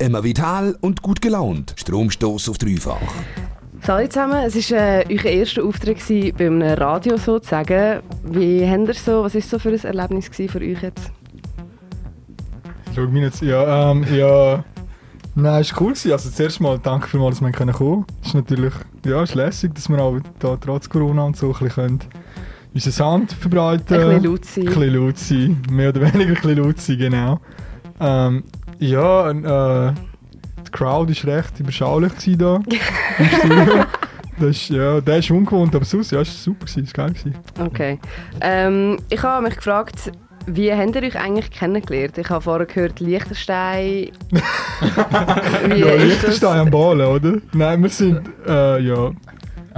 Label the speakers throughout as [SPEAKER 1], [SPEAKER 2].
[SPEAKER 1] Immer vital und gut gelaunt. Stromstoß auf dreifach.
[SPEAKER 2] Hallo zusammen, es war äh, euer erster Auftritt gewesen, bei einem Radio sozusagen. Wie habt ihr so, was war so für ein Erlebnis gewesen für euch jetzt?
[SPEAKER 3] Schau mich jetzt, ja, ähm, ja. Nein, ist cool gewesen. Also zuerst mal danke vielmals, dass wir kommen können. Ist natürlich, ja, ist lässig, dass wir auch da trotz Corona und so ein bisschen können unseren Sound verbreiten
[SPEAKER 2] Ein bisschen laut sein.
[SPEAKER 3] Ein bisschen laut sein. Mehr oder weniger ein bisschen laut sein, genau. Ähm, ja, und, äh, die Crowd war recht überschaulich gewesen da. im Studio. Das ist, ja, der ist ungewohnt, aber sonst, ja, ist super gewesen, ist geil gewesen.
[SPEAKER 2] Okay. Ähm, ich habe mich gefragt, wie habt ihr euch eigentlich kennengelernt? Ich habe vorher gehört, Liechtenstein. wie
[SPEAKER 3] Ja,
[SPEAKER 2] ist das?
[SPEAKER 3] Liechtenstein am Ballen, oder? Nein, wir sind, äh, ja, wir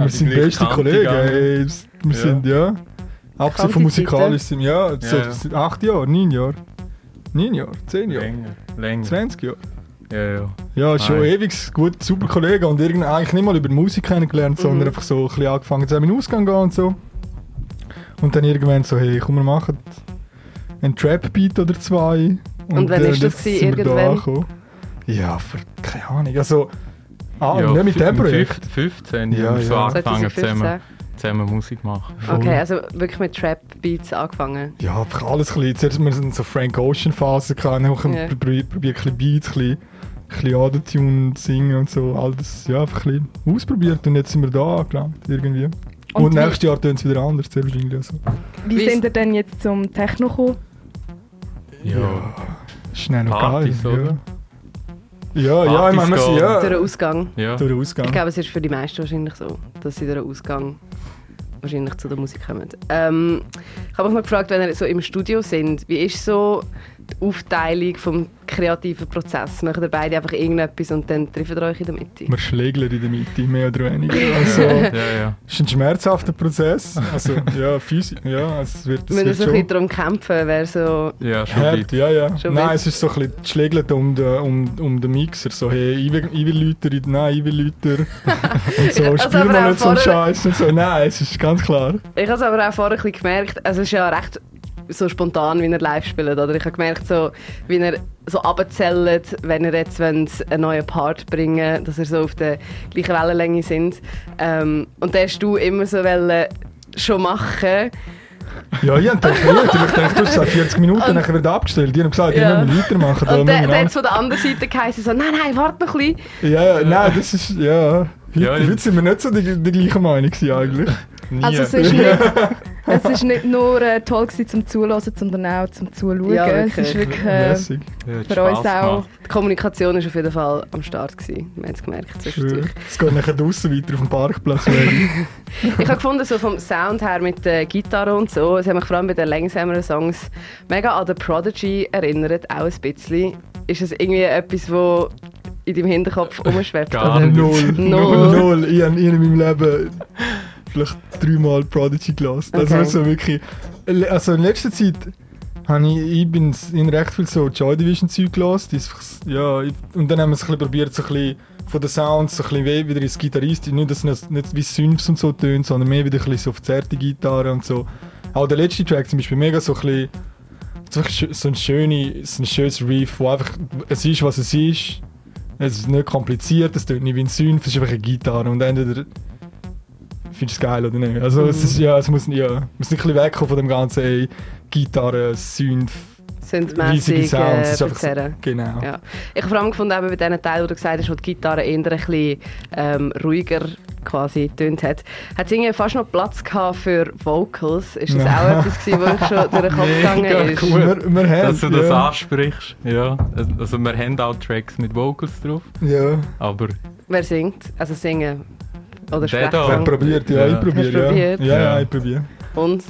[SPEAKER 4] die
[SPEAKER 3] sind
[SPEAKER 4] gleiche
[SPEAKER 3] beste
[SPEAKER 4] Kante
[SPEAKER 3] Kollegen.
[SPEAKER 4] gegangen.
[SPEAKER 3] ey. Wir
[SPEAKER 4] Ja.
[SPEAKER 3] sind, ja, abgesehen
[SPEAKER 2] Bekannte
[SPEAKER 3] von musikalisch sind, ja, so,
[SPEAKER 4] Ja, ja.
[SPEAKER 3] seit acht Jahre, neun Jahre. Neun Jahre, zehn Jahre,
[SPEAKER 4] Länger. Länger.
[SPEAKER 3] 20 Jahre.
[SPEAKER 4] Ja, ja.
[SPEAKER 3] Ja, schon
[SPEAKER 4] Nein.
[SPEAKER 3] ewig gut, super Kollegen und irgendwie eigentlich nicht mal über Musik kennengelernt,
[SPEAKER 2] Mhm.
[SPEAKER 3] sondern einfach so ein bisschen angefangen zusammen in den Ausgang gehen und so. Und dann irgendwann so, hey, komm, wir machen einen Trap-Beat oder zwei. äh,
[SPEAKER 2] Und wann ist das
[SPEAKER 3] jetzt
[SPEAKER 2] gewesen,
[SPEAKER 3] sind wir da
[SPEAKER 2] irgendwann?
[SPEAKER 3] angekommen. Ja, für, keine Ahnung, also, ah,
[SPEAKER 4] ja
[SPEAKER 3] nicht mit dem Projekt.
[SPEAKER 4] 15, 15
[SPEAKER 3] Ja,
[SPEAKER 4] haben wir so
[SPEAKER 3] ja.
[SPEAKER 4] angefangen
[SPEAKER 2] 2015.
[SPEAKER 4] zusammen, zusammen Musik machen.
[SPEAKER 2] Okay, also wirklich mit Trap-Beats angefangen.
[SPEAKER 3] Ja, einfach alles ein bisschen, zuerst wir sind so Frank Ocean-Phase gehabt, dann haben wir
[SPEAKER 2] Ja.
[SPEAKER 3] probiert, probiert ein bisschen Beats, ein bisschen, ein bisschen Autotune, singen und so, all das, ja, einfach ein bisschen ausprobiert und jetzt sind wir da angelangt, irgendwie. Und,
[SPEAKER 5] Und wie-
[SPEAKER 3] nächstes Jahr tun es wieder anders, sehr wahrscheinlich. Also.
[SPEAKER 5] Wie,
[SPEAKER 2] Wie
[SPEAKER 5] sind ihr denn jetzt zum Techno gekommen?
[SPEAKER 4] Ja.
[SPEAKER 3] Schnell und geil.
[SPEAKER 4] Partys, oder?
[SPEAKER 3] Ja, ja, ja ich
[SPEAKER 4] Partys
[SPEAKER 3] meine, wir sind
[SPEAKER 4] gehen.
[SPEAKER 3] ja
[SPEAKER 2] Durch den Ausgang.
[SPEAKER 4] Ja.
[SPEAKER 3] durch den
[SPEAKER 2] Ich
[SPEAKER 3] Ausgang.
[SPEAKER 2] glaube, es ist für die meisten wahrscheinlich so, dass sie durch den Ausgang wahrscheinlich zu der Musik kommen. Ähm, ich habe mich noch gefragt, wenn ihr so im Studio sind, wie ist so die Aufteilung vom kreativen Prozess? Machen ihr beide einfach irgendetwas und dann treffen ihr euch in der Mitte?
[SPEAKER 3] Wir schlägeln in der Mitte, mehr oder weniger.
[SPEAKER 4] Ja,
[SPEAKER 3] Also,
[SPEAKER 4] ja, ja.
[SPEAKER 3] es ist ein schmerzhafter Prozess. Also, ja, physisch, ja, es wird, es
[SPEAKER 2] Müssen wir
[SPEAKER 3] wird
[SPEAKER 2] so ein bisschen
[SPEAKER 3] schon
[SPEAKER 2] darum kämpfen, wer so...
[SPEAKER 4] Ja, schon ein
[SPEAKER 3] hart.
[SPEAKER 4] bisschen.
[SPEAKER 3] Ja, ja.
[SPEAKER 2] Schon
[SPEAKER 3] Nein,
[SPEAKER 2] weit.
[SPEAKER 3] es ist so ein bisschen das Schlägeln um den, um, um den Mixer. So, hey, ich will, ich will Leute, ich- nein, ich will Leute. Und so,
[SPEAKER 2] Also,
[SPEAKER 3] spiel
[SPEAKER 2] aber auch
[SPEAKER 3] mal nicht so einen
[SPEAKER 2] vorher-
[SPEAKER 3] Scheiß und so. Nein, es ist ganz klar.
[SPEAKER 2] Ich habe es aber auch vorher ein bisschen gemerkt, also es ist ja recht so spontan, wie er live spielt. Oder ich habe gemerkt, so, wie er so abzählt, wenn er jetzt wollt, einen neuen Part bringen dass er so auf der gleichen Wellenlänge sind. Ähm, und den hast du immer so wollen, schon machen.
[SPEAKER 3] Ja, ich habe gedacht, hey, natürlich denkst du, es sind 40 Minuten, dann wird abgestellt. Die haben gesagt,
[SPEAKER 2] Ja.
[SPEAKER 3] ich muss weitermachen. da
[SPEAKER 2] Und dann
[SPEAKER 3] müssen wir
[SPEAKER 2] der
[SPEAKER 3] ran.
[SPEAKER 2] hat von der anderen Seite geheißen, so, nein, nein, warte noch ein bisschen.
[SPEAKER 3] Ja, ja, nein, das ist, ja. Heute,
[SPEAKER 4] Ja, ja.
[SPEAKER 3] heute sind wir nicht so die, die gleiche Meinung gewesen eigentlich.
[SPEAKER 4] Nie.
[SPEAKER 5] Also es ist nicht, es ist nicht nur äh, toll gewesen zum Zuhören, sondern auch zum Zuschauen.
[SPEAKER 2] Ja,
[SPEAKER 5] es
[SPEAKER 2] wirklich.
[SPEAKER 5] ist wirklich äh,
[SPEAKER 3] Lässig.
[SPEAKER 4] Ja, hat
[SPEAKER 5] für uns
[SPEAKER 4] Spass gemacht.
[SPEAKER 5] auch
[SPEAKER 2] Die Kommunikation war auf jeden Fall am Start. Gewesen. Wir haben es gemerkt zwischen euch.
[SPEAKER 3] Es geht nachher draußen weiter auf dem Parkplatz. weg.
[SPEAKER 2] Ich habe gefunden, so vom Sound her mit der Gitarre und so, es hat mich vor allem bei den langsameren Songs mega an The Prodigy erinnert, auch ein bisschen. Ist es irgendwie etwas, wo in deinem Hinterkopf rumschwebt?
[SPEAKER 4] Gar
[SPEAKER 2] oder?
[SPEAKER 4] nicht.
[SPEAKER 3] Null.
[SPEAKER 2] Null.
[SPEAKER 3] Null. Ich habe in meinem Leben vielleicht dreimal Prodigy gelassen. Also,
[SPEAKER 2] Okay.
[SPEAKER 3] also wirklich. Also in letzter Zeit habe ich, ich bin in recht viel so Joy Division Zeug gelassen. Das ist- Ja, ich- und dann haben wir es ein bisschen probiert, so ein bisschen von den Sounds so ein bisschen weh wieder ins Gitarrist. Nicht, dass es nicht wie Synths und so tönt, sondern mehr wieder ein bisschen so auf zerte Gitarre und so. Auch der letzte Track zum Beispiel mega so ein bisschen so ein schö- so ein, schöne, so ein schönes Riff, wo einfach es ist, was es ist. Es ist nicht kompliziert, es tönt nicht wie ein Synth, es ist einfach eine Gitarre und entweder findest du es geil oder nicht. Also es ist ja, es muss, ja, muss nicht ein bisschen wegkommen von dem ganzen ey, Gitarre, Synth, riesige
[SPEAKER 2] Sündmässig
[SPEAKER 3] Sounds.
[SPEAKER 2] äh,
[SPEAKER 3] Es ist einfach so-
[SPEAKER 2] verzerren.
[SPEAKER 3] genau.
[SPEAKER 2] Ja. Ich habe vor allem gefunden, eben bei diesen Teilen, wo du gesagt hast, wo die Gitarre eher ein bisschen ähm, ruhiger quasi getönt hat, hat es irgendwie fast noch Platz gehabt für Vocals. Ist das
[SPEAKER 3] Ja.
[SPEAKER 2] auch etwas, gewesen, wo ich schon durch den Kopf
[SPEAKER 4] Mega
[SPEAKER 2] gegangen ist?
[SPEAKER 4] cool.
[SPEAKER 3] Wir, wir haben,
[SPEAKER 4] Dass du das
[SPEAKER 3] ja,
[SPEAKER 4] ansprichst. Ja. Also wir haben auch Tracks mit Vocals drauf,
[SPEAKER 3] ja.
[SPEAKER 4] aber
[SPEAKER 2] Wer singt? Also singen oder
[SPEAKER 4] Der
[SPEAKER 2] sprechen.
[SPEAKER 4] da.
[SPEAKER 3] Wer
[SPEAKER 4] Ja.
[SPEAKER 3] probiert, ja,
[SPEAKER 4] Oh. Ja.
[SPEAKER 3] ich probiere.
[SPEAKER 2] Hast du
[SPEAKER 3] Ja.
[SPEAKER 2] probiert?
[SPEAKER 3] Ja, ja,
[SPEAKER 4] Ja.
[SPEAKER 3] ich probiere.
[SPEAKER 2] Und?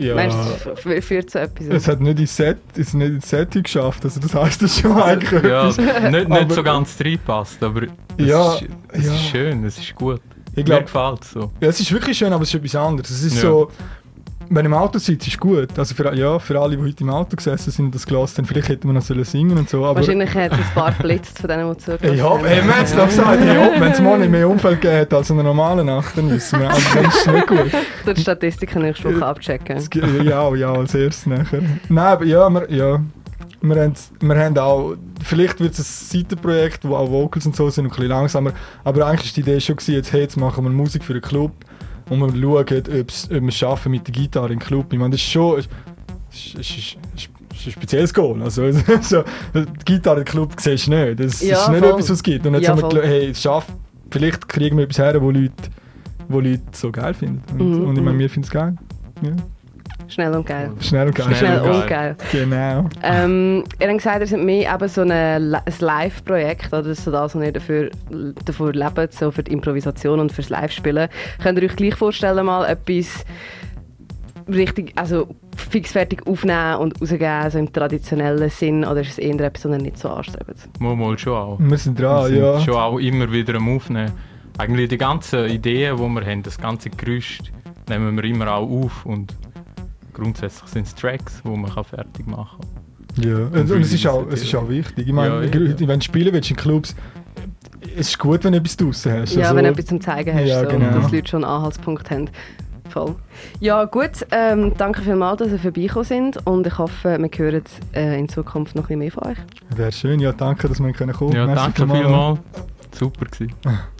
[SPEAKER 3] Ja.
[SPEAKER 2] Meinst du, es f- f- führt zu
[SPEAKER 3] Es
[SPEAKER 2] etwas?
[SPEAKER 3] hat nicht ins Set, es nicht ins Setting geschafft, also das heisst das ist schon eigentlich
[SPEAKER 4] ja,
[SPEAKER 3] etwas.
[SPEAKER 4] nicht,
[SPEAKER 3] Aber-
[SPEAKER 4] nicht so ganz reinpasst, aber es,
[SPEAKER 3] Ja,
[SPEAKER 4] ist, es
[SPEAKER 3] ja.
[SPEAKER 4] ist schön, es ist gut.
[SPEAKER 3] Ich glaub-
[SPEAKER 4] Mir gefällt es so.
[SPEAKER 3] Ja, es ist wirklich schön, aber es ist etwas anderes. Es ist
[SPEAKER 4] Ja.
[SPEAKER 3] so, wenn du im Auto sitzt, ist gut. Also für, ja, für alle, die heute im Auto gesessen sind und das Glas, dann vielleicht hätten wir noch sollen singen und so. Aber
[SPEAKER 2] Wahrscheinlich hat es ein paar geblitzt von denen, die zugehört
[SPEAKER 3] ich hoffe, ey, wir haben es doch gesagt, ich hoffe, wenn es morgen nicht mehr Unfall gegeben hat als an einer normalen Nacht, dann wissen wir, also dann ist es nicht gut.
[SPEAKER 2] Ich werde die Statistiken nächste Woche abchecken.
[SPEAKER 3] Es gibt- Ja, ja, als erstes nachher. Nein, aber ja, wir, ja. Wir haben, wir haben auch, vielleicht wird es ein Seitenprojekt, wo auch Vocals und so sind und ein bisschen langsamer, aber eigentlich war die Idee schon, gewesen, jetzt, hey, jetzt machen wir Musik für einen Club und wir schauen, ob's, ob wir es schaffen mit der Gitarre im Club. Ich meine, das ist schon ist, ist, ist, ist ist ein spezielles Goal. Also, so, die Gitarre im Club siehst du nicht. Das
[SPEAKER 2] Ja,
[SPEAKER 3] ist nicht
[SPEAKER 2] voll.
[SPEAKER 3] etwas, was es gibt. Und jetzt
[SPEAKER 2] Ja,
[SPEAKER 3] haben wir
[SPEAKER 2] voll.
[SPEAKER 3] geschaut, hey, es schafft, vielleicht kriegen wir etwas her, wo Leute, wo Leute so geil finden. Und,
[SPEAKER 2] Mhm,
[SPEAKER 3] und ich meine,
[SPEAKER 2] mhm.
[SPEAKER 3] wir finden es geil. Ja.
[SPEAKER 2] Schnell und geil.
[SPEAKER 3] Schnell und geil.
[SPEAKER 2] Schnell
[SPEAKER 4] und
[SPEAKER 2] und geil.
[SPEAKER 3] Genau.
[SPEAKER 2] Ähm, ihr habt gesagt, ihr seid mehr eben so eine, Li- ein Live-Projekt, oder so das, was ihr dafür, dafür lebt, so für die Improvisation und fürs Live-Spielen. Könnt ihr euch gleich vorstellen, mal etwas richtig, also fixfertig aufnehmen und rausgeben, so im traditionellen Sinn, oder ist es eher etwas, was ihr nicht so anstrebt?
[SPEAKER 4] Mal, mal schon auch.
[SPEAKER 3] Wir sind
[SPEAKER 4] Wir
[SPEAKER 3] dran,
[SPEAKER 4] sind
[SPEAKER 3] ja.
[SPEAKER 4] schon auch immer wieder am Aufnehmen. Eigentlich die ganzen Ideen, die wir haben, das ganze Gerüst, nehmen wir immer auch auf und grundsätzlich sind es Tracks, die man kann fertig machen kann.
[SPEAKER 3] Ja, und, und es, ist auch, es ist auch wichtig. Ich meine,
[SPEAKER 4] Ja, ja.
[SPEAKER 3] wenn du spielen willst in Clubs, es ist gut, wenn du etwas draussen hast.
[SPEAKER 2] Ja,
[SPEAKER 3] Also,
[SPEAKER 2] wenn du etwas zum Zeigen hast,
[SPEAKER 3] Ja,
[SPEAKER 2] so,
[SPEAKER 3] genau.
[SPEAKER 2] dass die Leute schon einen Anhaltspunkt haben. Voll. Ja, gut. Ähm, danke vielmals, dass ihr vorbeigekommen sind und ich hoffe, wir hören äh, in Zukunft noch ein bisschen mehr von euch.
[SPEAKER 3] Wäre schön, ja, danke, dass wir kommen können.
[SPEAKER 4] Ja,
[SPEAKER 3] Oh, Merci
[SPEAKER 4] danke
[SPEAKER 3] vielmals.
[SPEAKER 4] vielmals. Super gewesen.